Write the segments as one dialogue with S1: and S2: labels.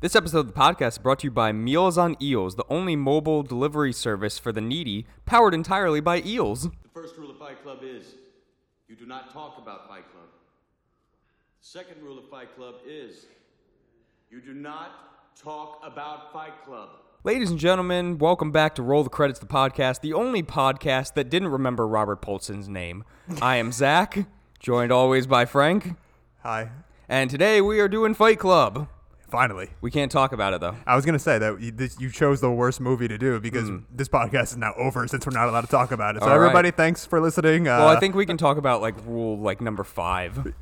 S1: This episode of the podcast is brought to you by Meals on Eels, the only mobile delivery service for the needy, powered entirely by eels.
S2: The first rule of Fight Club is you do not talk about Fight Club. The second rule of Fight Club is you do not talk about Fight Club.
S1: Ladies and gentlemen, welcome back to Roll the Credits, the podcast, the only podcast that didn't remember Robert Polson's name. I am Zach, joined always by Frank,
S3: Hi.
S1: and today we are doing Fight Club.
S3: Finally.
S1: We can't talk about it though.
S3: I was going to say that you, this, you chose the worst movie to do because this podcast is now over since we're not allowed to talk about it. So,
S1: Hmm. All right.
S3: everybody, thanks for listening. Uh,
S1: Well, I think we can talk about like rule like number five.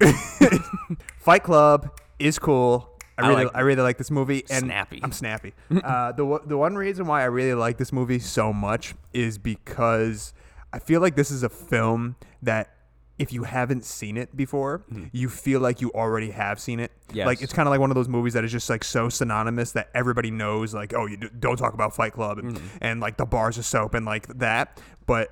S3: Fight Club is cool. I
S1: I
S3: really, I,
S1: like-
S3: really like this movie. And
S1: Snappy.
S3: I'm snappy. uh, the one- the one reason why I really like this movie so much is because I feel like this is a film that if you haven't seen it before, you feel like you already have seen it.
S1: Hmm. Yes.
S3: Like it's kind of like one of those movies that is just like so synonymous that everybody knows. Like, oh, you d- don't talk about Fight Club and,
S1: Mm-hmm.
S3: and like the bars of soap and like that. But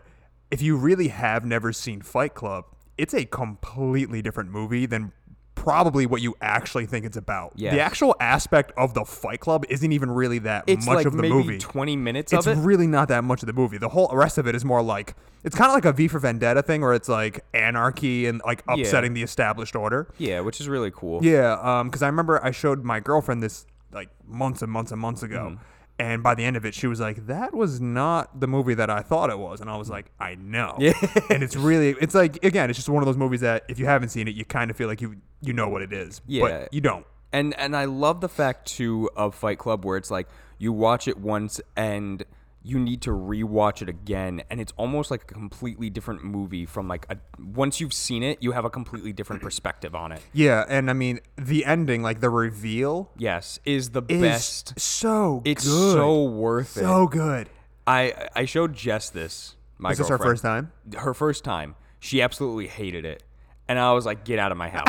S3: if you really have never seen Fight Club, it's a completely different movie than probably what you actually think it's about.
S1: Yes.
S3: The actual aspect of the Fight Club isn't even really that
S1: It's
S3: much
S1: like
S3: of the
S1: maybe
S3: movie.
S1: twenty minutes
S3: it's
S1: of it.
S3: really not that much of the movie. The whole rest of it is more like it's kind of like a V for Vendetta thing where it's like anarchy and like
S1: Yeah.
S3: upsetting the established order.
S1: yeah, which is really cool.
S3: Yeah, um, because I remember I showed my girlfriend this like months and months and months ago,
S1: Mm-hmm.
S3: and by the end of it, she was like, "That was not the movie that I thought it was," and I was like, "I know."
S1: Yeah.
S3: and it's really, it's like again, it's just one of those movies that if you haven't seen it, you kind of feel like you you know what it is,
S1: Yeah.
S3: but you don't.
S1: And and I love the fact too of Fight Club where it's like you watch it once and you need to rewatch it again and it's almost like a completely different movie from like a once you've seen it you have a completely different perspective on it.
S3: Yeah, and I mean the ending, like the reveal,
S1: Yes, is the
S3: is
S1: best.
S3: so
S1: It's
S3: good.
S1: so worth it.
S3: so good.
S1: I I showed Jess this. My
S3: Is this her
S1: girlfriend.
S3: first time?
S1: Her first time. She absolutely hated it. And I was like, "Get out of my house!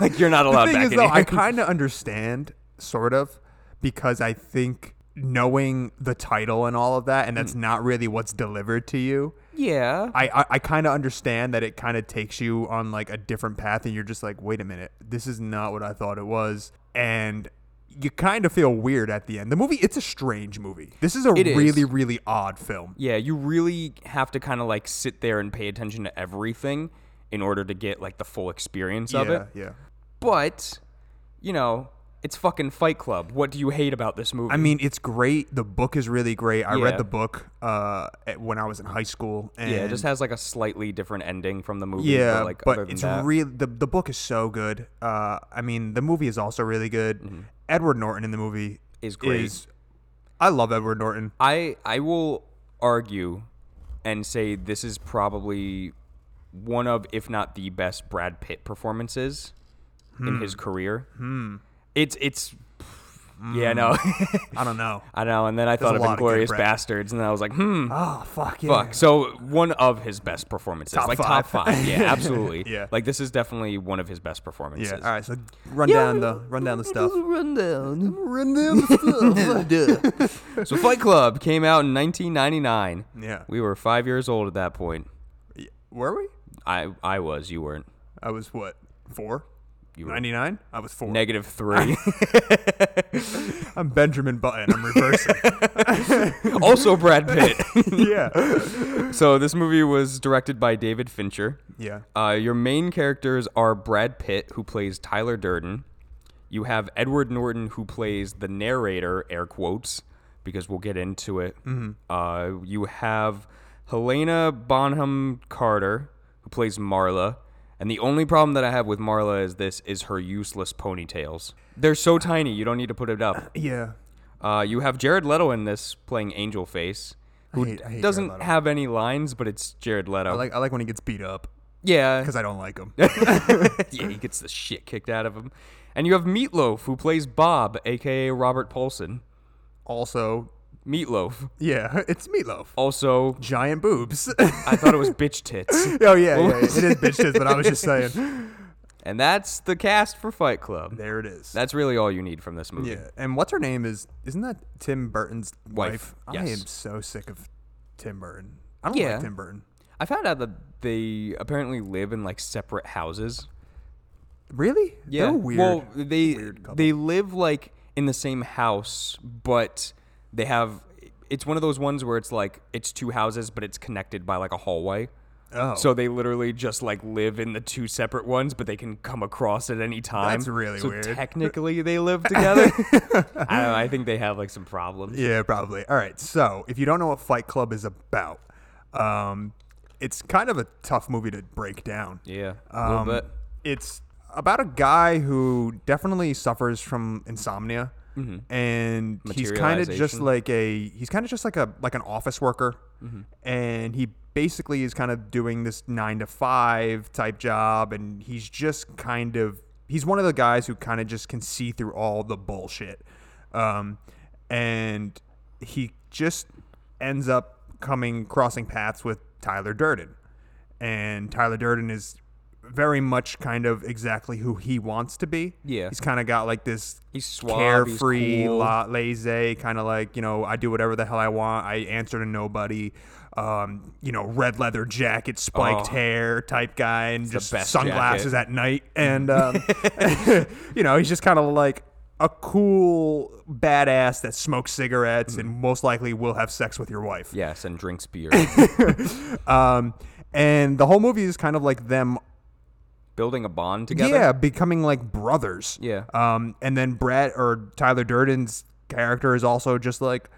S1: like you're not allowed
S3: the thing
S1: back
S3: is
S1: in
S3: though
S1: here."
S3: i kind of understand sort of because i think knowing the title and all of that and
S1: Mm.
S3: that's not really what's delivered to you
S1: yeah.
S3: i i, I kind of understand that it kind of takes you on like a different path and you're just like wait a minute this is not what i thought it was and you kind of feel weird at the end. The movie, it's a strange movie. This is a
S1: It is.
S3: really, really odd film.
S1: Yeah, you really have to kind of like sit there and pay attention to everything in order to get like the full experience of
S3: yeah,
S1: it.
S3: yeah.
S1: But, you know, it's fucking Fight Club. What do you hate about this movie?
S3: I mean, it's great. The book is really great. I
S1: Mm. Yeah.
S3: read the book uh, at- when I was in high school. And
S1: yeah, it just has like a slightly different ending from the movie.
S3: Yeah,
S1: but, like, other than
S3: it's
S1: that,
S3: really the the book is so good. Uh, I mean, the movie is also really good. Edward Norton in the movie
S1: Mm-hmm. Is great.
S3: I love Edward Norton.
S1: I I will argue and say this is probably one of, if not the best Brad Pitt performances in his career. Hmm. It's it's.
S3: Hmm.
S1: Yeah, no.
S3: I don't know.
S1: I know, and then I thought
S3: a
S1: of
S3: lot of good
S1: Inglorious
S3: Brad-
S1: Bastards, and I was like, hmm,
S3: oh fuck yeah.
S1: fuck. So one of his best performances,
S3: Top
S1: like top
S3: five.
S1: five, yeah, absolutely,
S3: Yeah.
S1: Like this is definitely one of his best performances.
S3: Yeah. All right. So run down the run down the stuff.
S1: Rundown.
S3: Run down the stuff.
S1: So Fight Club came out in 1999.
S3: Yeah.
S1: we were five years old at that point.
S3: Were we?
S1: I I was, you weren't.
S3: I was what four.
S1: You were-
S3: 99? I was four.
S1: Negative three.
S3: I'm Benjamin Button. I'm reversing.
S1: also Brad Pitt.
S3: yeah.
S1: so this movie was directed by David Fincher.
S3: Yeah.
S1: Uh, your main characters are Brad Pitt, who plays Tyler Durden. You have Edward Norton, who plays the narrator, air quotes, because we'll get into it.
S3: Mm-hmm.
S1: Uh, you have Helena Bonham Carter, who plays Marla. And the only problem that I have with Marla is this: is her useless ponytails. They're so tiny, you don't need to put it up.
S3: Yeah.
S1: Uh, you have Jared Leto in this playing Angel Face, who
S3: I hate- I hate Jared
S1: doesn't
S3: Leto.
S1: have any lines, but it's Jared Leto.
S3: I like I like when he gets beat up
S1: yeah,
S3: because I don't like him.
S1: yeah, he gets the shit kicked out of him. And you have Meatloaf, who plays Bob, aka Robert Paulson.
S3: also,
S1: Meatloaf.
S3: yeah, it's meatloaf.
S1: Also,
S3: Giant boobs.
S1: I thought it was bitch tits.
S3: Oh yeah, yeah, yeah. it is bitch tits, but I was just saying.
S1: And that's the cast for Fight Club.
S3: There it is.
S1: That's really all you need from this movie.
S3: yeah. And what's her name is isn't that Tim Burton's
S1: Wife,
S3: wife? I
S1: yes.
S3: am so sick of Tim Burton. I don't
S1: Yeah.
S3: like Tim Burton.
S1: I found out that they apparently live in like separate houses.
S3: Really?
S1: Yeah.
S3: They're weird.
S1: Well, they
S3: weird couple.
S1: they live like in the same house, but they have. It's one of those ones where it's like it's two houses, but it's connected by like a hallway.
S3: Oh.
S1: So they literally just like live in the two separate ones, but they can come across at any time.
S3: That's really
S1: so
S3: weird.
S1: Technically, they live together. I don't know. I think they have like some problems.
S3: Yeah, probably. All right. So, if you don't know what Fight Club is about, um, it's kind of a tough movie to break down.
S1: Yeah, a little
S3: Um,
S1: bit.
S3: It's about a guy who definitely suffers from insomnia, and he's kind of just
S1: Mm-hmm. Materialization.
S3: like a he's kind of just like a like an office worker,
S1: Mm-hmm.
S3: and he basically is kind of doing this nine to five type job, and he's just kind of he's one of the guys who kind of just can see through all the bullshit, um, and he just ends up coming crossing paths with Tyler Durden and Tyler Durden is very much kind of exactly who he wants to be.
S1: Yeah.
S3: he's kind of got like this
S1: He's suave, he's
S3: carefree,
S1: cool.
S3: la- laissez kind of like you know I do whatever the hell I want. I answer to nobody. Um, you know, red leather jacket, spiked
S1: Oh.
S3: hair type guy, and just
S1: best
S3: sunglasses
S1: jacket.
S3: at night. And um, you know, he's just kind of like a cool badass that smokes cigarettes and
S1: Mm-hmm.
S3: most likely will have sex with your wife.
S1: Yes, and drinks beer,
S3: Um, and the whole movie is kind of like them
S1: building a bond together.
S3: Yeah, becoming like brothers.
S1: Yeah.
S3: Um, and then Brett or Tyler Durden's character is also just like,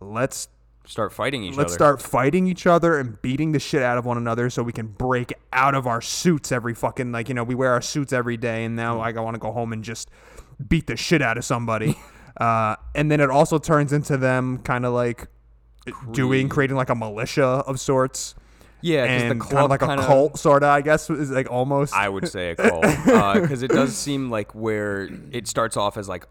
S3: let's
S1: start fighting each
S3: let's
S1: other.
S3: start fighting each other and beating the shit out of one another so we can break out of our suits every fucking like you know we wear our suits every day and now like, I want to go home and just beat the shit out of somebody. uh, and then it also turns into them kind of like doing creating like a militia of sorts.
S1: Yeah, because the
S3: And kind
S1: club
S3: of like a cult, sort of, I guess, is like almost.
S1: I would say a cult because it does seem like where it starts off as like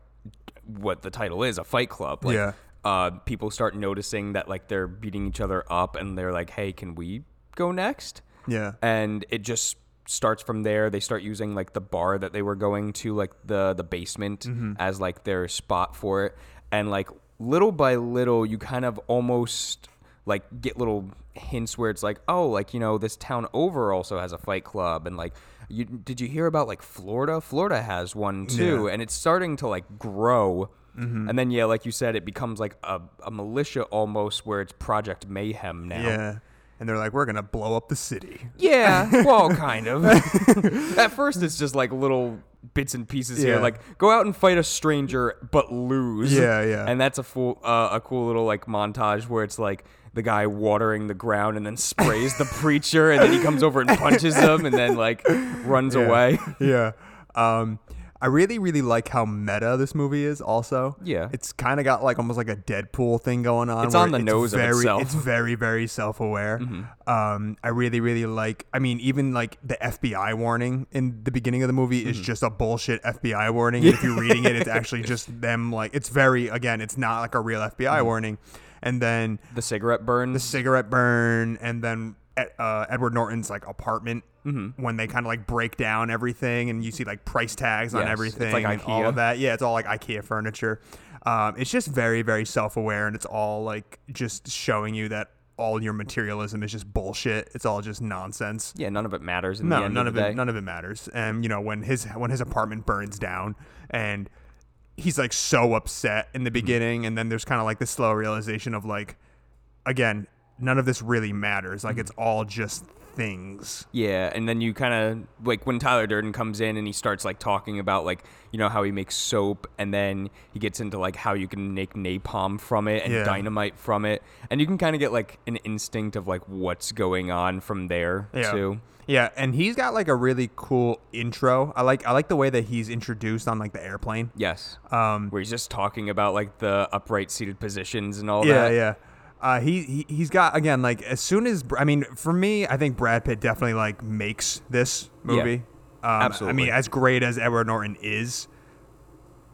S1: what the title is a fight club. Like,
S3: Yeah.
S1: Uh, people start noticing that like they're beating each other up, and they're like, "Hey, can we go next?"
S3: Yeah.
S1: And it just starts from there. They start using like the bar that they were going to, like the the basement, as like their spot for it, and like little by little, you kind of almost like get little hints where it's like oh like you know this town over also has a fight club and like you did you hear about like Florida Florida has one too and it's starting to like grow and then yeah like you said it becomes like a, a militia almost where it's project mayhem now
S3: Yeah. And they're like, we're going to blow up the city.
S1: yeah well kind of at first it's just like little bits and pieces here
S3: Yeah.
S1: like go out and fight a stranger but lose
S3: Yeah, yeah.
S1: and that's a full uh, a cool little like montage where it's like the guy watering the ground and then sprays the preacher and then he comes over and punches him and then like runs away
S3: yeah. Um, I really, really like how meta this movie is. Also,
S1: Yeah.
S3: it's kind of got like almost like a Deadpool thing going on.
S1: It's
S3: where
S1: on the nose of
S3: very,
S1: itself. Mm-hmm.
S3: It's very, very self-aware. Um, I really, really like. I mean, even like the FBI warning in the beginning of the movie is
S1: Mm-hmm.
S3: just a bullshit FBI warning. And If you're reading it, it's actually just them. Like, it's very again, it's not like a real FBI
S1: Mm-hmm.
S3: warning. And then
S1: the cigarette burn
S3: the cigarette burn and then Ed- uh, Edward Norton's like apartment
S1: Mm-hmm.
S3: when they kind of like break down everything and you see like price tags on
S1: Yes, it's
S3: everything
S1: like
S3: and all
S1: IKEA.
S3: of that. Yeah, it's all like IKEA furniture. Um, it's just very very self aware and it's all like just showing you that all your materialism is just bullshit. It's all just nonsense.
S1: yeah none of it matters in the
S3: No,
S1: end of
S3: none of,
S1: the day.
S3: it. None of it matters. And you know when his when his apartment burns down, and he's like so upset in the
S1: Mm-hmm.
S3: beginning, and then there's kind of like the slow realization of like, again, none of this really matters.
S1: Mm-hmm.
S3: Like it's all just things.
S1: Yeah, and then you kind of like when Tyler Durden comes in and he starts like talking about like you know how he makes soap, and then he gets into like how you can make napalm from it and
S3: Yeah.
S1: dynamite from it, and you can kind of get like an instinct of like what's going on from there
S3: Yeah.
S1: too.
S3: Yeah, and he's got like a really cool intro. I like I like the way that he's introduced on like the airplane.
S1: Yes, um, where he's just talking about like the upright seated positions and all
S3: Yeah,
S1: that.
S3: yeah. Uh, he, he he's got again like as soon as I mean for me I think Brad Pitt definitely like makes this movie. Um, I
S1: Absolutely.
S3: mean as great as Edward Norton is,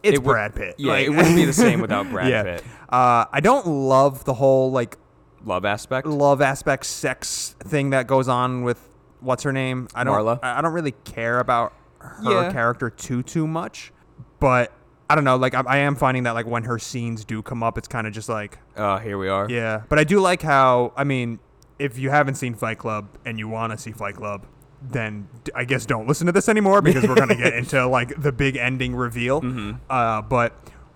S3: it's
S1: It would-
S3: Brad Pitt.
S1: Yeah,
S3: Like-
S1: it wouldn't be the same without Brad
S3: yeah.
S1: Pitt.
S3: Uh, I don't love the whole like
S1: Love aspect.
S3: love aspect sex thing that goes on with what's her name. I don't
S1: Marla.
S3: I I don't really care about her
S1: Yeah.
S3: character too too much, but I don't know. Like I, I am finding that like when her scenes do come up, it's kind of just like
S1: Uh, here we are.
S3: yeah, but I do like how I mean, if you haven't seen Fight Club and you want to see Fight Club, then d- I guess don't listen to this anymore because we're gonna get into like the big ending reveal. Uh, but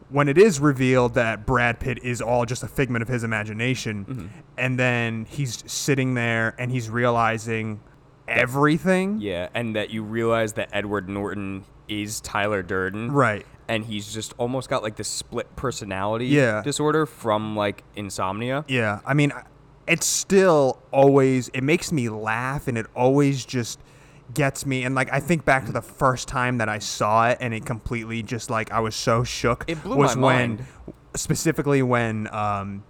S3: when it is revealed that Brad Pitt is all just a figment of his imagination, and then he's sitting there and he's realizing everything.
S1: Yeah, and that you realize that Edward Norton is Tyler Durden.
S3: Right.
S1: And he's just almost got like this split personality
S3: Yeah.
S1: disorder from like insomnia.
S3: Yeah, I mean, I- it's still always it makes me laugh, and it always just gets me. And like, I think back to the first time that I saw it, and it completely just like I was so shook.
S1: It blew
S3: was
S1: my
S3: when,
S1: mind.
S3: specifically when um,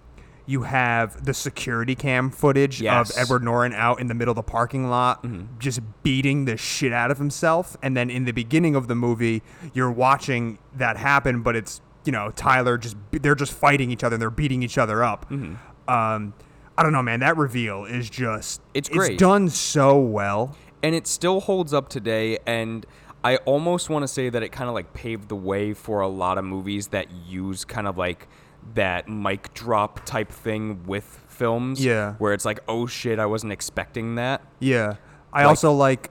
S3: you have the security cam footage
S1: Yes.
S3: of Edward Norton out in the middle of the parking lot,
S1: Mm-hmm.
S3: just beating the shit out of himself, and then in the beginning of the movie, you're watching that happen, but it's you know Tyler just they're just fighting each other and they're beating each other up.
S1: Mm-hmm.
S3: Um, I don't know, man. That reveal is just
S1: It's great.
S3: It's done so well.
S1: And it still holds up today and I almost want to say that it kind of like paved the way for a lot of movies that use kind of like that mic drop type thing with films.
S3: Yeah.
S1: Where it's like, oh shit, I wasn't expecting that.
S3: Yeah. I also like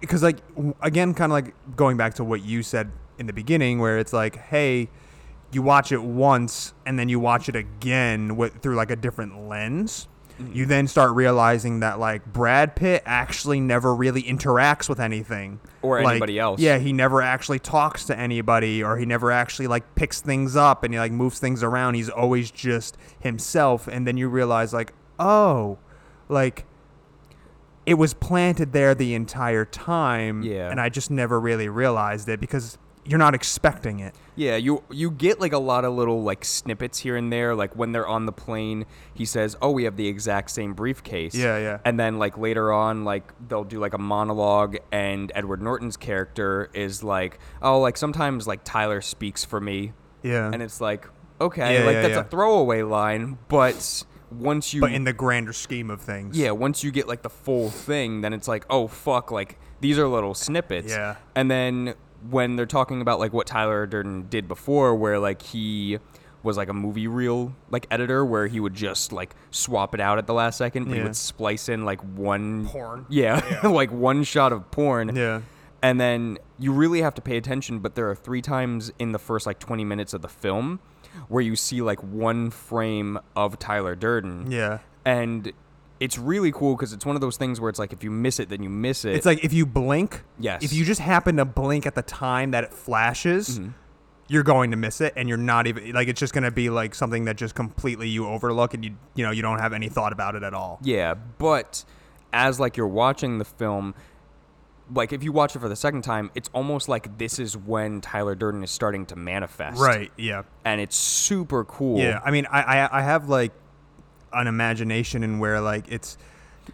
S3: because like w- again kind of like going back to what you said in the beginning where it's like hey you watch it once and then you watch it again with through like a different lens
S1: Mm-hmm.
S3: you then start realizing that like Brad Pitt actually never really interacts with anything
S1: Or
S3: Like,
S1: anybody else.
S3: yeah he never actually talks to anybody or he never actually like picks things up and he like moves things around he's always just himself and then you realize like oh like it was planted there the entire time.
S1: Yeah.
S3: And I just never really realized it because you're not expecting it.
S1: Yeah, you you get like a lot of little like snippets here and there. Like when they're on the plane, he says, "Oh, we have the exact same briefcase."
S3: Yeah, yeah.
S1: And then like later on, like they'll do like a monologue, and Edward Norton's character is like, "Oh, like sometimes like Tyler speaks for me."
S3: Yeah.
S1: And it's like, okay,
S3: Yeah,
S1: like
S3: yeah,
S1: that's
S3: yeah.
S1: a throwaway line, but once you
S3: But in the grander scheme of things.
S1: yeah, once you get like the full thing, then it's like, oh fuck, like these are little snippets.
S3: Yeah.
S1: And then when they're talking about like what Tyler Durden did before, where like he was like a movie reel like editor where he would just like swap it out at the last second, but he
S3: Yeah.
S1: would splice in like one
S3: Porn.
S1: Yeah. like one shot of porn.
S3: Yeah.
S1: And then you really have to pay attention, but there are three times in the first like 20 minutes of the film where you see like one frame of Tyler Durden
S3: Yeah.
S1: and it's really cool because it's one of those things where it's like if you miss it, then you miss it.
S3: It's like if you blink,
S1: Yes.
S3: if you just happen to blink at the time that it flashes,
S1: Mm-hmm.
S3: you're going to miss it and you're not even like it's just going to be like something that just completely you overlook and you you know, you don't have any thought about it at all.
S1: yeah, but as like you're watching the film, like if you watch it for the second time, it's almost like this is when Tyler Durden is starting to manifest,
S3: Right, yeah.
S1: And it's super cool.
S3: Yeah, I mean, I, I I have like an imagination in where like it's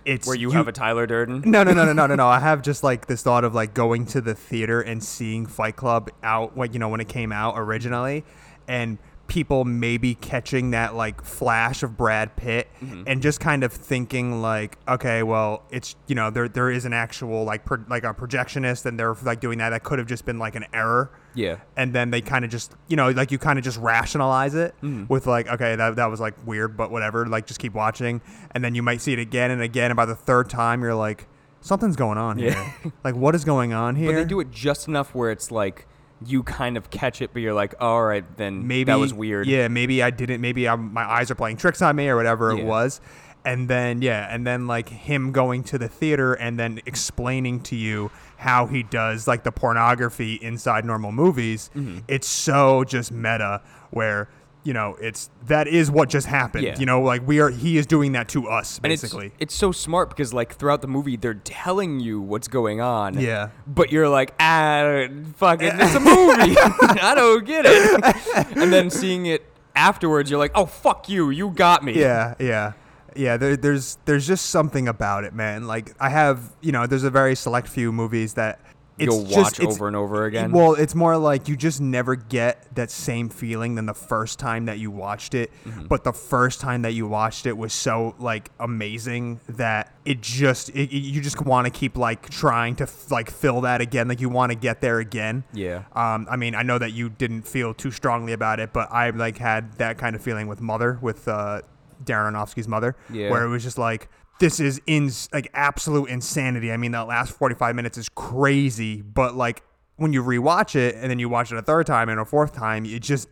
S3: it's
S1: where you, have a Tyler Durden.
S3: no no no no no no no. I have just like this thought of like going to the theater and seeing Fight Club out like you know when it came out originally, and people maybe catching that like flash of Brad Pitt and just kind of thinking like okay well it's you know there there is an actual like pro, like a projectionist and they're like doing that that could have just been like an error
S1: Yeah.
S3: and then they kind of just you know like you kind of just rationalize it
S1: Mm-hmm.
S3: with like okay that, that was like weird but whatever like just keep watching and then you might see it again and again and by the third time you're like something's going on
S1: Yeah.
S3: here like what is going on here
S1: But they do it just enough where it's like you kind of catch it, but you're like, all right, then
S3: maybe
S1: that was weird.
S3: yeah maybe i didn't maybe I'm, my eyes are playing tricks on me or whatever
S1: Yeah.
S3: it was and then yeah and then like him going to the theater and then explaining to you how he does like the pornography inside normal movies
S1: Mm-hmm.
S3: it's so just meta where you know it's that is what just happened
S1: Yeah.
S3: you know like we are he is doing that to us
S1: And it's,
S3: basically
S1: it's so smart because like throughout the movie they're telling you what's going on.
S3: Yeah.
S1: But you're like, ah, fucking, it's a movie. I don't get it. And then seeing it afterwards, you're like, oh fuck you, you got me.
S3: yeah yeah yeah there, there's there's just something about it man like i have you know there's a very select few movies that it's
S1: You'll
S3: just-
S1: watch
S3: it's-
S1: over and over again.
S3: well it's more like you just never get that same feeling than the first time that you watched it
S1: Mm-hmm.
S3: but the first time that you watched it was so like amazing that it just it, it- you just want to keep like trying to f- like fill that again like you want to get there again
S1: Yeah.
S3: um, I mean, I know that you didn't feel too strongly about it, but I like had that kind of feeling with Mother, with uh, Darren Aronofsky's Mother,
S1: Yeah.
S3: where it was just like this is in like absolute insanity. I mean, that last forty five minutes is crazy, but like when you rewatch it and then you watch it a third time and a fourth time, it just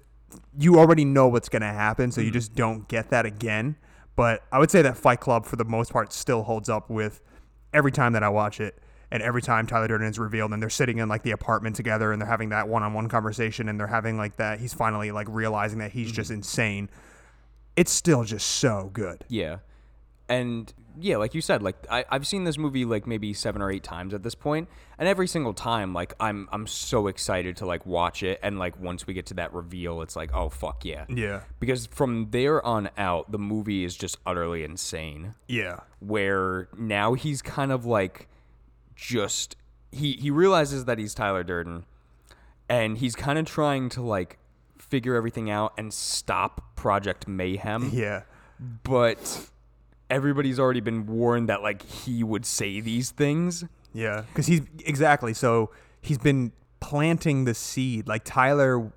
S3: you already know what's going to happen, so you just don't get that again. But I would say that Fight Club, for the most part, still holds up with every time that I watch it. And every time Tyler Durden is revealed, and they're sitting in like the apartment together, and they're having that one-on-one conversation, and they're having like that. He's finally like realizing that he's just insane. It's still just so good.
S1: Yeah. And yeah, like you said, like I, I've seen this movie like maybe seven or eight times at this point, and every single time, like I'm I'm so excited to like watch it, and like once we get to that reveal, it's like oh fuck yeah,
S3: Yeah.
S1: because from there on out, the movie is just utterly insane.
S3: Yeah.
S1: Where now he's kind of like just he he realizes that he's Tyler Durden, and he's kind of trying to like figure everything out and stop Project Mayhem
S3: Yeah.
S1: but everybody's already been warned that like he would say these things.
S3: Yeah, because he's exactly so he's been planting the seed. Like Tyler,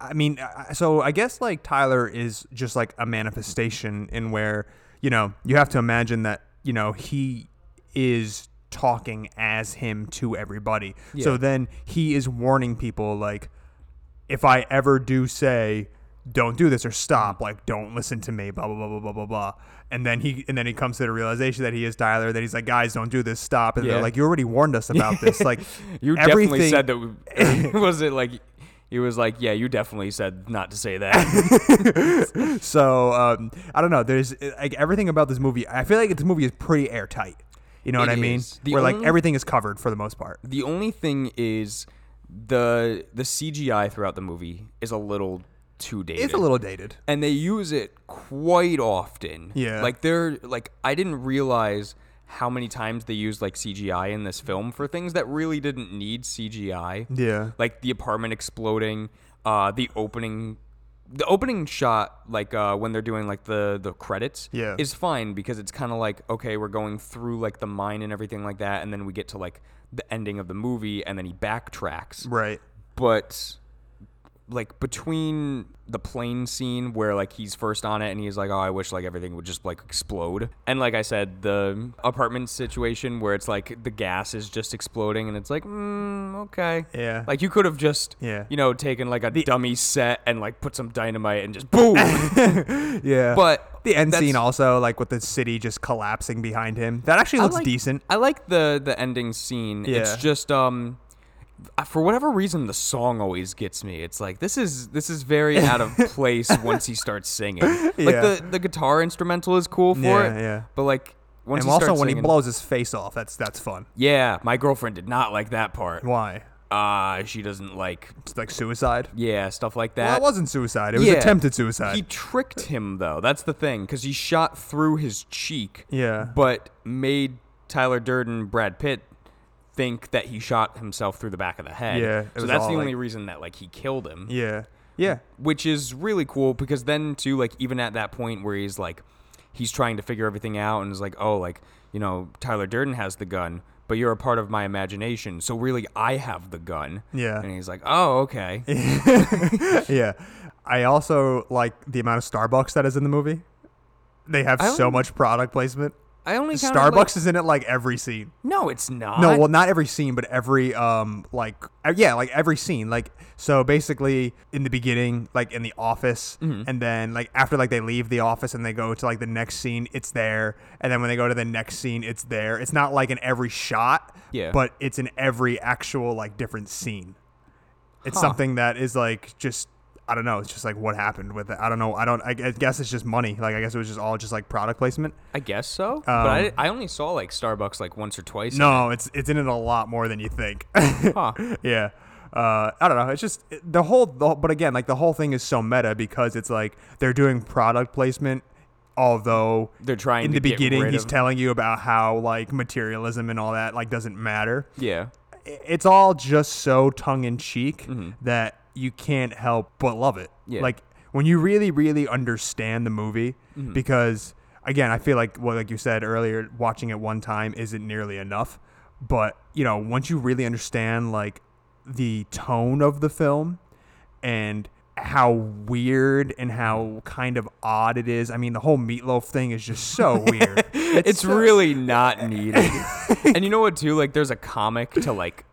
S3: I mean, I- I- so I guess like Tyler is just like a manifestation in where you know you have to imagine that you know he is talking as him to everybody. So
S1: Yeah.
S3: then he is warning people like if I ever do say don't do this or stop, like don't listen to me, blah blah blah blah blah blah blah. And then he and then he comes to the realization that he is Tyler, that he's like, guys, don't do this, stop. And
S1: Yeah.
S3: they're like, You already warned us about this. Like
S1: You definitely
S3: everything-
S1: said that. We, was it like he was like, yeah, you definitely said not to say that.
S3: So um, I don't know. There's like everything about this movie. I feel like this movie is pretty airtight. You know what
S1: It
S3: I mean?
S1: is. The
S3: Where like
S1: only-
S3: everything is covered for the most part.
S1: the only thing is the the CGI throughout the movie is a little too dated.
S3: It's a little dated.
S1: and they use it quite often.
S3: Yeah.
S1: Like they're like I didn't realize how many times they used like CGI in this film for things that really didn't need CGI.
S3: Yeah.
S1: Like the apartment exploding, uh the opening the opening shot like uh when they're doing like the the credits
S3: Yeah.
S1: is fine because it's kind of like okay, we're going through like the mine and everything like that and then we get to like the ending of the movie and then he backtracks
S3: Right.
S1: but like between the plane scene where like he's first on it and he's like oh i wish like everything would just like explode and like i said the apartment situation where it's like the gas is just exploding and it's like mm, okay
S3: Yeah.
S1: like you could have just
S3: Yeah.
S1: you know taken like a dummy set and like put some dynamite and just boom
S3: Yeah.
S1: but
S3: the end
S1: that's-
S3: scene also like with the city just collapsing behind him. That actually looks
S1: I like-
S3: decent.
S1: I like the the ending scene. It's
S3: Yeah.
S1: just um I- for whatever reason the song always gets me. It's like this is this is very out of place once he starts singing. Like
S3: Yeah.
S1: the the guitar instrumental is cool for
S3: Yeah,
S1: it.
S3: yeah.
S1: But like once
S3: And
S1: he
S3: also
S1: starts
S3: when he
S1: singing-
S3: blows his face off, that's that's fun.
S1: Yeah, my girlfriend did not like that part.
S3: Why?
S1: Uh she doesn't like
S3: It's like suicide.
S1: yeah, stuff like that.
S3: Well, it wasn't suicide. It was
S1: Yeah.
S3: attempted suicide.
S1: He tricked him though. That's the thing because he shot through his cheek.
S3: Yeah.
S1: But made Tyler Durden, Brad Pitt, think that he shot himself through the back of the head.
S3: Yeah, it
S1: So
S3: was
S1: that's
S3: all,
S1: the only
S3: like-
S1: reason that like he killed him.
S3: yeah. Yeah.
S1: Which is really cool because then too like even at that point where he's like he's trying to figure everything out and is like oh like you know Tyler Durden has the gun. But you're a part of my imagination, so really I have the gun.
S3: Yeah.
S1: And he's like, "Oh, okay."
S3: Yeah. I also like the amount of Starbucks that is in the movie. They have
S1: I
S3: so
S1: only-
S3: much product placement.
S1: I only counted,
S3: Starbucks
S1: like-
S3: is in it like every scene.
S1: no, it's not.
S3: No, well, not every scene, but every um, like uh, yeah, like every scene, like so basically in the beginning, like in the office,
S1: Mm-hmm.
S3: and then like after like they leave the office and they go to like the next scene, it's there, and then when they go to the next scene, it's there. It's not like in every shot,
S1: Yeah.
S3: but it's in every actual like different scene. It's
S1: Huh.
S3: something that is like just. I don't know. It's just like what happened with it. I don't know. I don't. I gu- I guess it's just money. Like I guess it was just all just like product placement.
S1: I guess so. but I, I only saw like Starbucks like once or twice.
S3: Um, No, it's it's in it a lot more than you think.
S1: Huh.
S3: yeah. Uh, I don't know. It's just it- the whole, the, whole- but again, like the whole thing is so meta because it's like they're doing product placement, although
S1: They're trying
S3: in
S1: to
S3: the
S1: get
S3: beginning
S1: rid
S3: he's
S1: of-
S3: telling you about how like materialism and all that like doesn't matter.
S1: Yeah.
S3: I- It's all just so tongue in cheek that you can't help but love it.
S1: Mm-hmm. Yeah.
S3: Like when you really, really understand the movie,
S1: Mm-hmm.
S3: because again, I feel like well, like you said earlier, watching it one time isn't nearly enough. But you know, once you really understand like the tone of the film and how weird and how kind of odd it is. I mean, the whole meatloaf thing is just so weird.
S1: It's, really not needed. and you know what too? Like there's a comic to like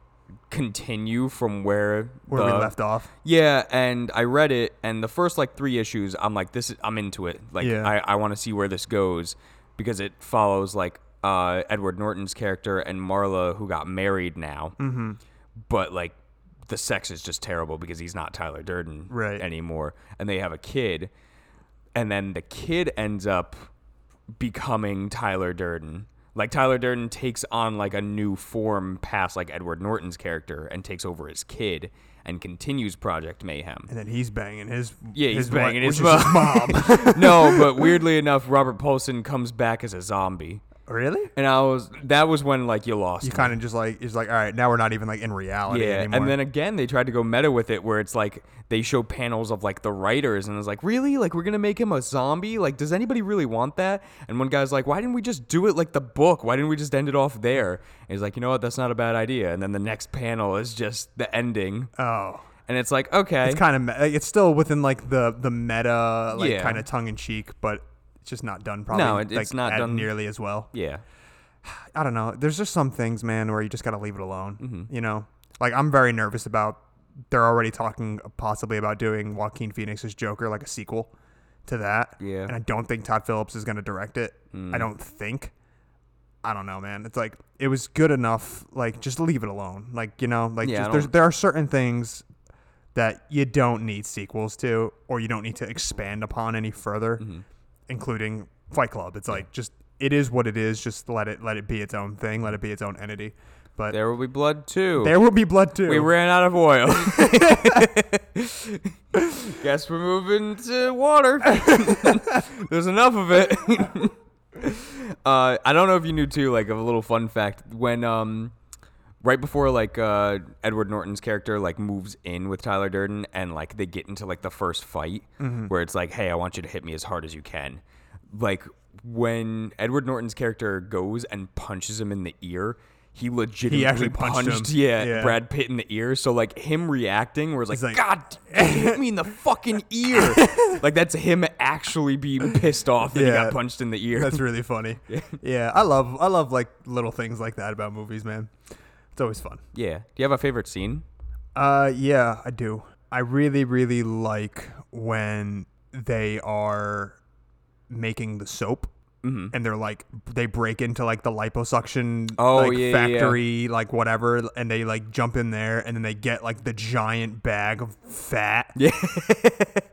S1: continue from where
S3: where we
S1: the-
S3: left off.
S1: Yeah, and I read it, and the first like three issues, I'm like, this is I'm into it. Like,
S3: Yeah.
S1: I I want to see where this goes because it follows like uh Edward Norton's character and Marla who got married now, mm-hmm. but like the sex is just terrible because he's not Tyler Durden
S3: Right.
S1: anymore, and they have a kid, and then the kid ends up becoming Tyler Durden. Like Tyler Durden takes on like a new form past like Edward Norton's character and takes over his kid and continues Project Mayhem.
S3: And then he's banging his
S1: Yeah, he's
S3: wi-
S1: banging his
S3: which is
S1: mom.
S3: his mom.
S1: no, but weirdly enough, Robert Paulson comes back as a zombie,
S3: really?
S1: and I was that was when like you lost.
S3: You
S1: me.
S3: kind of just like it's like all right, now we're not even like in reality
S1: yeah,
S3: anymore.
S1: and then again they tried to go meta with it, where it's like they show panels of like the writers, and it's like really like we're gonna make him a zombie. Like, does anybody really want that? And one guy's like, why didn't we just do it like the book? Why didn't we just end it off there? And he's like, you know what, that's not a bad idea. And then the next panel is just the ending,
S3: oh,
S1: and it's like okay,
S3: it's kind of it's still within like the the meta like
S1: Yeah.
S3: kind of tongue in cheek, but it's just not done probably.
S1: No, it-
S3: like,
S1: it's not
S3: at-
S1: done-
S3: nearly as well.
S1: yeah,
S3: I don't know. There's just some things, man, where you just gotta leave it alone.
S1: Mm-hmm.
S3: You know, like I'm very nervous about. They're already talking possibly about doing Joaquin Phoenix's Joker like a sequel to that.
S1: Yeah. Mm.
S3: and I don't think Todd Phillips is gonna direct it. I don't think. I don't know, man. It's like it was good enough. Like just leave it alone. Like you know, like
S1: Yeah, I
S3: just, there's
S1: don't-
S3: there are certain things that you don't need sequels to, or you don't need to expand upon any further, including Fight Club. It's like just it is what it is. Just let it let it be its own thing. Let it be its own entity. But there,
S1: there will be blood too.
S3: will be blood too.
S1: We ran out of oil. Guess we're moving to water. There's enough of it. uh, I don't know if you knew too, like of a little fun fact. When um, right before like uh, Edward Norton's character like moves in with Tyler Durden and like they get into like the first fight where it's like, hey, I want you to hit me as hard as you can. Like when Edward Norton's character goes and punches him in the ear, he legitimately
S3: actually punched him.
S1: Yeah,
S3: Yeah.
S1: Brad Pitt in the ear. So like him reacting was like,
S3: He's like-
S1: God, you hit me in the fucking ear. like that's him actually being pissed off that he
S3: Yeah.
S1: got punched in the ear.
S3: That's really funny. yeah, I love I love like little things like that about movies, man. It's always fun.
S1: yeah. Do you have a favorite scene?
S3: Uh, yeah, I do. I really, really like when they are making the soap.
S1: Mm-hmm.
S3: And they're like, they break into like the liposuction
S1: Oh,
S3: like,
S1: yeah, yeah, yeah.
S3: factory, like whatever, and they like jump in there, and then they get like the giant bag of fat.
S1: Yeah.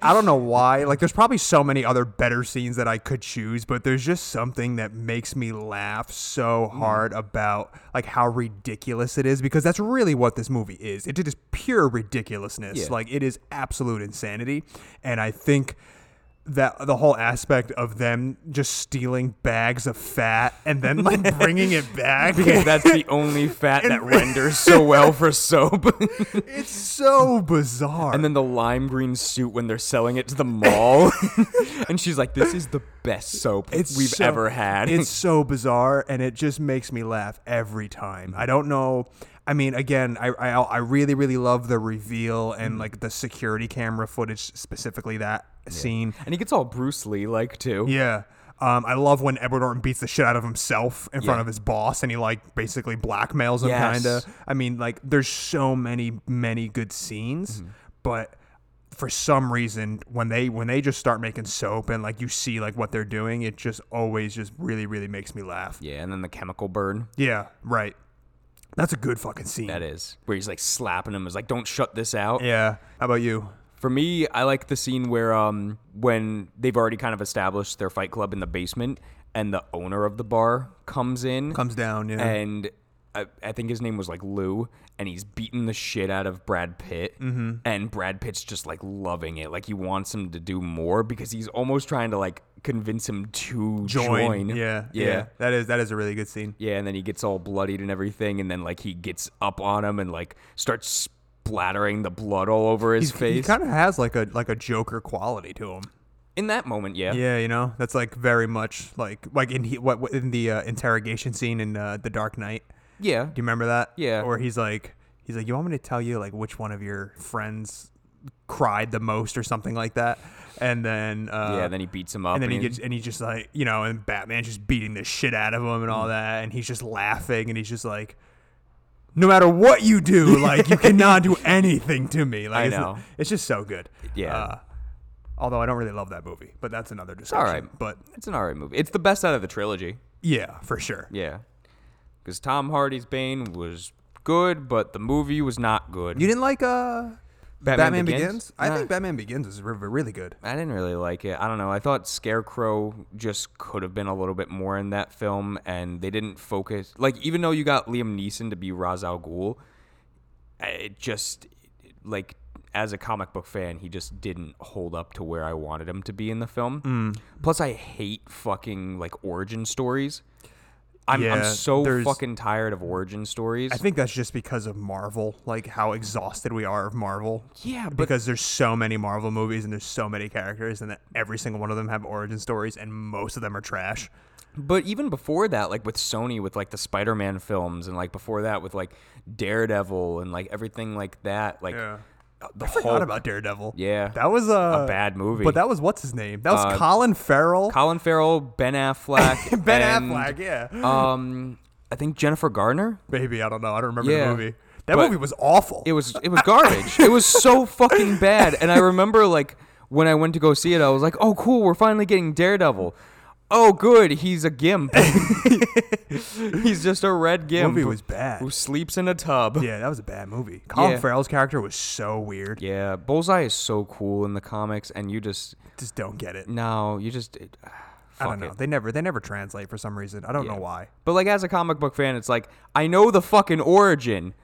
S3: I don't know why. Like, there's probably so many other better scenes that I could choose, but there's just something that makes me laugh so
S1: Mm.
S3: hard about like how ridiculous it is because that's really what this movie is. It is pure ridiculousness.
S1: Yeah.
S3: Like, it is absolute insanity, and I think that the whole aspect of them just stealing bags of fat and then like bringing it back
S1: Because that's the only fat that renders so well for soap.
S3: it's so bizarre.
S1: and then the lime green suit when they're selling it to the mall. and she's like, This is the best soap we've
S3: so-
S1: ever had.
S3: It's so bizarre, and it just makes me laugh every time. I don't know. I mean, again, I I, I really really love the reveal and
S1: Mm.
S3: like the security camera footage, specifically that scene.
S1: and he gets all Bruce Lee like too.
S3: Yeah. Um, I love when Edward Norton beats the shit out of himself in front
S1: Yeah.
S3: of his boss, and he like basically blackmails him.
S1: Yes.
S3: Kinda. I mean, like there's so many many good scenes,
S1: Mm-hmm.
S3: but for some reason, when they when they just start making soap and like you see like what they're doing, it just always just really really makes me laugh.
S1: Yeah, and then the chemical burn.
S3: Yeah. Right. That's a good fucking scene.
S1: That is where he's like slapping him. Is like, don't shut this out.
S3: Yeah. How about you?
S1: For me, I like the scene where um when they've already kind of established their fight club in the basement, and the owner of the bar comes in,
S3: Comes down. Yeah.
S1: and I, I think his name was like Lou, and he's beating the shit out of Brad Pitt, mm-hmm. and Brad Pitt's just like loving it, like he wants him to do more because he's almost trying to like convince him to join.
S3: Yeah, yeah.
S1: yeah.
S3: That is that is a really good scene.
S1: Yeah, and then he gets all bloodied and everything, and then like he gets up on him and like starts splattering the blood all over his
S3: He's- He
S1: face.
S3: kind of has like a like a Joker quality to him.
S1: In that moment, yeah.
S3: Yeah, you know, that's like very much like like in he, what what- in the uh, interrogation scene in uh, the Dark Knight.
S1: Yeah.
S3: Do you remember that?
S1: Yeah.
S3: Or he's like he's like, you want me to tell you like which one of your friends cried the most or something like that, and then uh,
S1: yeah, then he beats him up.
S3: and then he
S1: and
S3: gets and he's just like you know
S1: Mm.
S3: and Batman's just beating the shit out of him and all that and he's just laughing and he's just like no matter what you do, like you cannot do anything to me. Like
S1: I
S3: it's-
S1: know.
S3: It's, just so good.
S1: Yeah.
S3: Uh, although I don't really love that movie, but that's another
S1: all
S3: discussion.
S1: right.
S3: But
S1: It's an all right movie. It's the best out of the trilogy.
S3: yeah, for sure.
S1: Yeah. Because Tom Hardy's Bane was good, but the movie was not good.
S3: You didn't like uh Batman, Begins? I
S1: Nah.
S3: think Batman Begins is re- really good.
S1: I didn't really like it. I don't know. I thought Scarecrow just could have been a little bit more in that film, and they didn't focus. Like, even though you got Liam Neeson to be Ra's al Ghul, I- it just like as a comic book fan, he just didn't hold up to where I wanted him to be in the film.
S3: Mm.
S1: Plus, I hate fucking like origin stories. I'm, I'm
S3: Yeah,
S1: so
S3: there's-
S1: fucking tired of origin stories.
S3: I think that's just because of Marvel, like how exhausted we are of Marvel.
S1: Yeah, but-
S3: because there's so many Marvel movies and there's so many characters, and that every single one of them have origin stories, and most of them are trash.
S1: But even before that, like with Sony, with like the Spider-Man films, and like before that with like Daredevil and like everything like that, like
S3: Yeah.
S1: uh, the
S3: I forgot
S1: Hulk,
S3: about Daredevil.
S1: Yeah.
S3: that was
S1: A
S3: a,
S1: bad movie. Uh,
S3: But that was what's his name? That was Colin Farrell.
S1: Colin Farrell, Ben Affleck,
S3: ben
S1: and,
S3: Affleck. Yeah,
S1: um, I think Jennifer Garner.
S3: maybe I don't know. I don't remember
S1: yeah,
S3: the movie. That
S1: but-
S3: movie was awful.
S1: It was it was garbage. it was so fucking bad. And I remember like when I went to go see it, I was like, oh cool, we're finally getting Daredevil. Oh good, he's a gimp. he's just a red gimp.
S3: movie was bad.
S1: Who sleeps in a tub.
S3: yeah, that was a bad movie. Colin
S1: Yeah.
S3: Farrell's character was so weird.
S1: Yeah, Bullseye is so cool in the comics, and you just
S3: Just don't get it.
S1: no, you just it, Mm, fuck
S3: I don't know.
S1: it.
S3: They never they never translate for some reason. I don't know
S1: Yeah.
S3: why.
S1: But like as a comic book fan, it's like I know the fucking origin.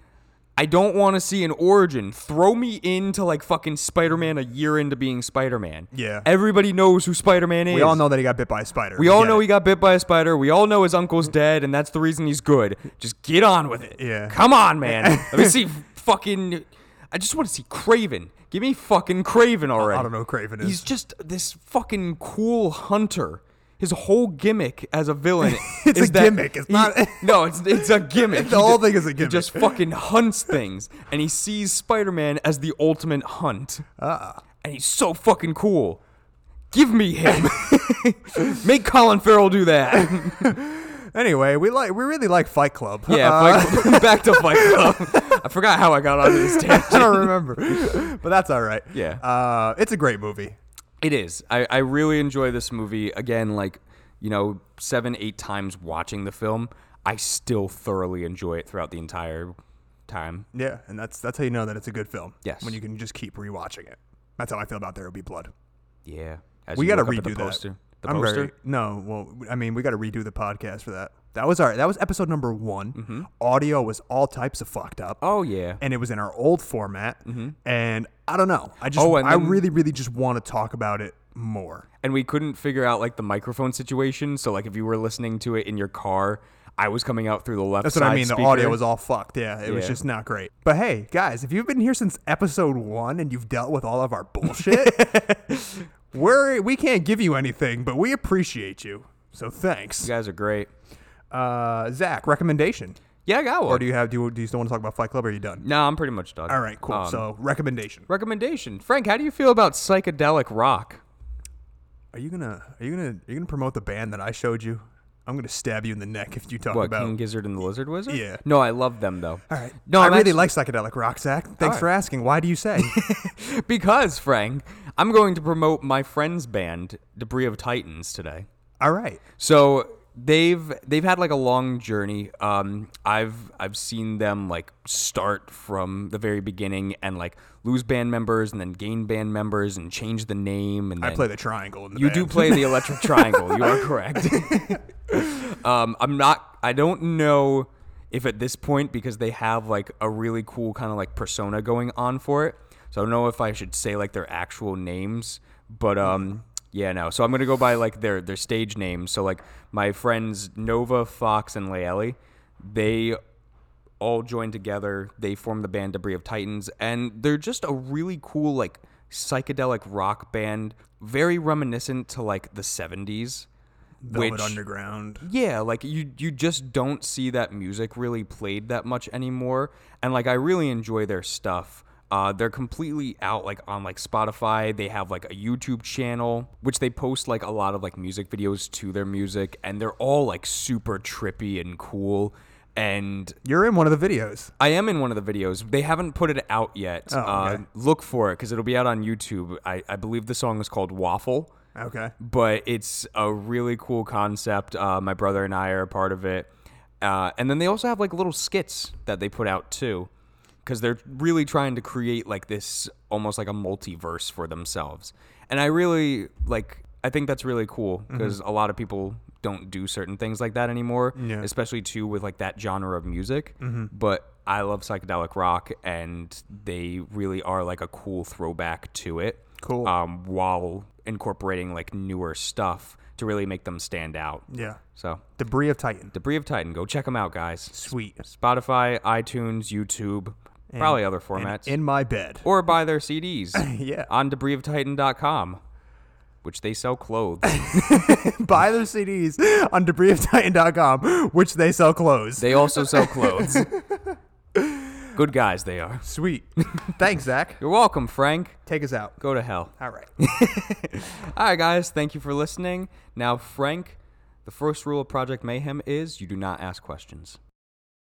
S1: I don't want to see an origin. Throw me into like fucking Spider-Man a year into being Spider-Man.
S3: Yeah.
S1: everybody knows who Spider-Man is.
S3: We all know that he got bit by a spider.
S1: We all
S3: get
S1: know
S3: it.
S1: he got bit by a spider. We all know his uncle's dead, and that's the reason he's good. Just get on with it.
S3: Yeah.
S1: Come on, man. Let me see fucking. I just want to see Craven. Give me fucking Craven already.
S3: don't know who Kraven is.
S1: He's just this fucking cool hunter. His whole gimmick as a villain
S3: It's
S1: is
S3: a
S1: that
S3: gimmick. It's
S1: he-
S3: not-
S1: no, it's it's a gimmick.
S3: The
S1: He
S3: whole
S1: ju-
S3: thing is a
S1: He
S3: gimmick.
S1: just fucking hunts things, and he sees Spider-Man as the ultimate hunt.
S3: Uh-uh.
S1: And he's so fucking cool. Give me him. Make Colin Farrell do that.
S3: Anyway, we like we really like Fight Club.
S1: Yeah,
S3: Uh,
S1: Fight- back to Fight Club. I forgot how I got onto this
S3: I
S1: tangent.
S3: don't remember, but that's all right.
S1: Yeah.
S3: uh, it's a great movie.
S1: It is. I, I really enjoy this movie. Again, like, you know, seven, eight times watching the film, I still thoroughly enjoy it throughout the entire time.
S3: Yeah, and that's that's how you know that it's a good film.
S1: Yes.
S3: when you can just keep rewatching it. That's how I feel about There Will Be Blood.
S1: Yeah. As
S3: We
S1: got to
S3: redo
S1: the poster.
S3: that.
S1: The
S3: I'm
S1: poster?
S3: very- no, well, I mean, we got to redo the podcast for that. That was our that was episode number one. Audio was all types of fucked up.
S1: Mm-hmm. Oh, yeah.
S3: and it was in our old format. And I don't know. I just
S1: Oh, and
S3: I
S1: then-
S3: really really just want to talk about it more.
S1: and we couldn't figure out like the microphone situation. So like if you were listening to it in your car, I was coming out through the left
S3: That's
S1: side
S3: what I mean. The
S1: speaker.
S3: audio was all fucked. Yeah, it was
S1: Yeah.
S3: just not great. But hey, guys, if you've been here since episode one and you've dealt with all of our bullshit, we're we can't give you anything, but we appreciate you. So
S1: You
S3: thanks.
S1: guys are great.
S3: Uh, Zach, recommendation.
S1: Yeah, I got one.
S3: Or do you have? Do you, do you still want to talk about Fight Club? Or are you done?
S1: no, I'm pretty much done.
S3: All right, cool.
S1: Um,
S3: so recommendation.
S1: recommendation, Frank. How do you feel about psychedelic rock?
S3: Are you gonna are you gonna are you gonna promote the band that I showed you? I'm gonna stab you in the neck if you talk
S1: What
S3: about.
S1: King Gizzard and the Lizard Wizard?
S3: Yeah.
S1: No, I love them though.
S3: all right.
S1: No,
S3: I
S1: I'm
S3: really
S1: actu-
S3: like psychedelic rock, Zach. Thanks
S1: right.
S3: for asking. Why do you say?
S1: because Frank, I'm going to promote my friend's band, Debris of Titans, today.
S3: all right.
S1: So they've they've had like a long journey. Um, I've I've seen them like start from the very beginning and like lose band members and then gain band members and change the name. And
S3: I
S1: then-
S3: play the triangle in the
S1: You do
S3: band.
S1: play the electric triangle. You are correct. um, I'm not. I don't know if at this point because they have like a really cool kind of like persona going on for it. So I don't know if I should say like their actual names, but
S3: Mm-hmm.
S1: um, yeah, no. So I'm gonna go by like their their stage names. So like my friends Nova, Fox, and Laeli, they all joined together. They formed the band Debris of Titans, and they're just a really cool, like, psychedelic rock band, very reminiscent to, like, the 70s.
S3: Velvet
S1: which,
S3: Underground.
S1: yeah, like, you, you just don't see that music really played that much anymore. And, like, I really enjoy their stuff. Uh, they're completely out like on like Spotify. They have like a YouTube channel which they post like a lot of like music videos to their music and they're all like super trippy and cool and
S3: You're in one of the videos.
S1: I am in one of the videos. They haven't put it out yet. uh,
S3: okay.
S1: look for it because it'll be out on YouTube. I, I believe the song is called Waffle,
S3: Okay.
S1: but it's a really cool concept. Uh, my brother and I are a part of it. Uh, and then they also have like little skits that they put out too because they're really trying to create like this almost like a multiverse for themselves. And I really like, I think that's really cool
S3: Mm-hmm.
S1: because a lot of people don't do certain things like that anymore,
S3: Yeah. Mm-hmm.
S1: especially too with like that genre of music. But I love psychedelic rock and they really are like a cool throwback to it.
S3: Cool.
S1: Um, while incorporating like newer stuff to really make them stand out.
S3: Yeah.
S1: So,
S3: Debris of Titan.
S1: Debris of Titan, go check them out, guys.
S3: Sweet.
S1: Spotify, iTunes, YouTube, probably other
S3: And
S1: formats,
S3: in my bed.
S1: or buy their CDs.
S3: Yeah.
S1: on debrisoftitan.com, which they sell clothes.
S3: Buy their CDs on debrisoftitan.com, which they sell clothes.
S1: they also sell clothes. Good guys they are.
S3: Sweet. Thanks, Zach.
S1: You're welcome, Frank.
S3: Take us out.
S1: Go to hell.
S3: All right.
S1: All right, guys. Thank you for listening. Now, Frank, the first rule of Project Mayhem is you do not ask questions.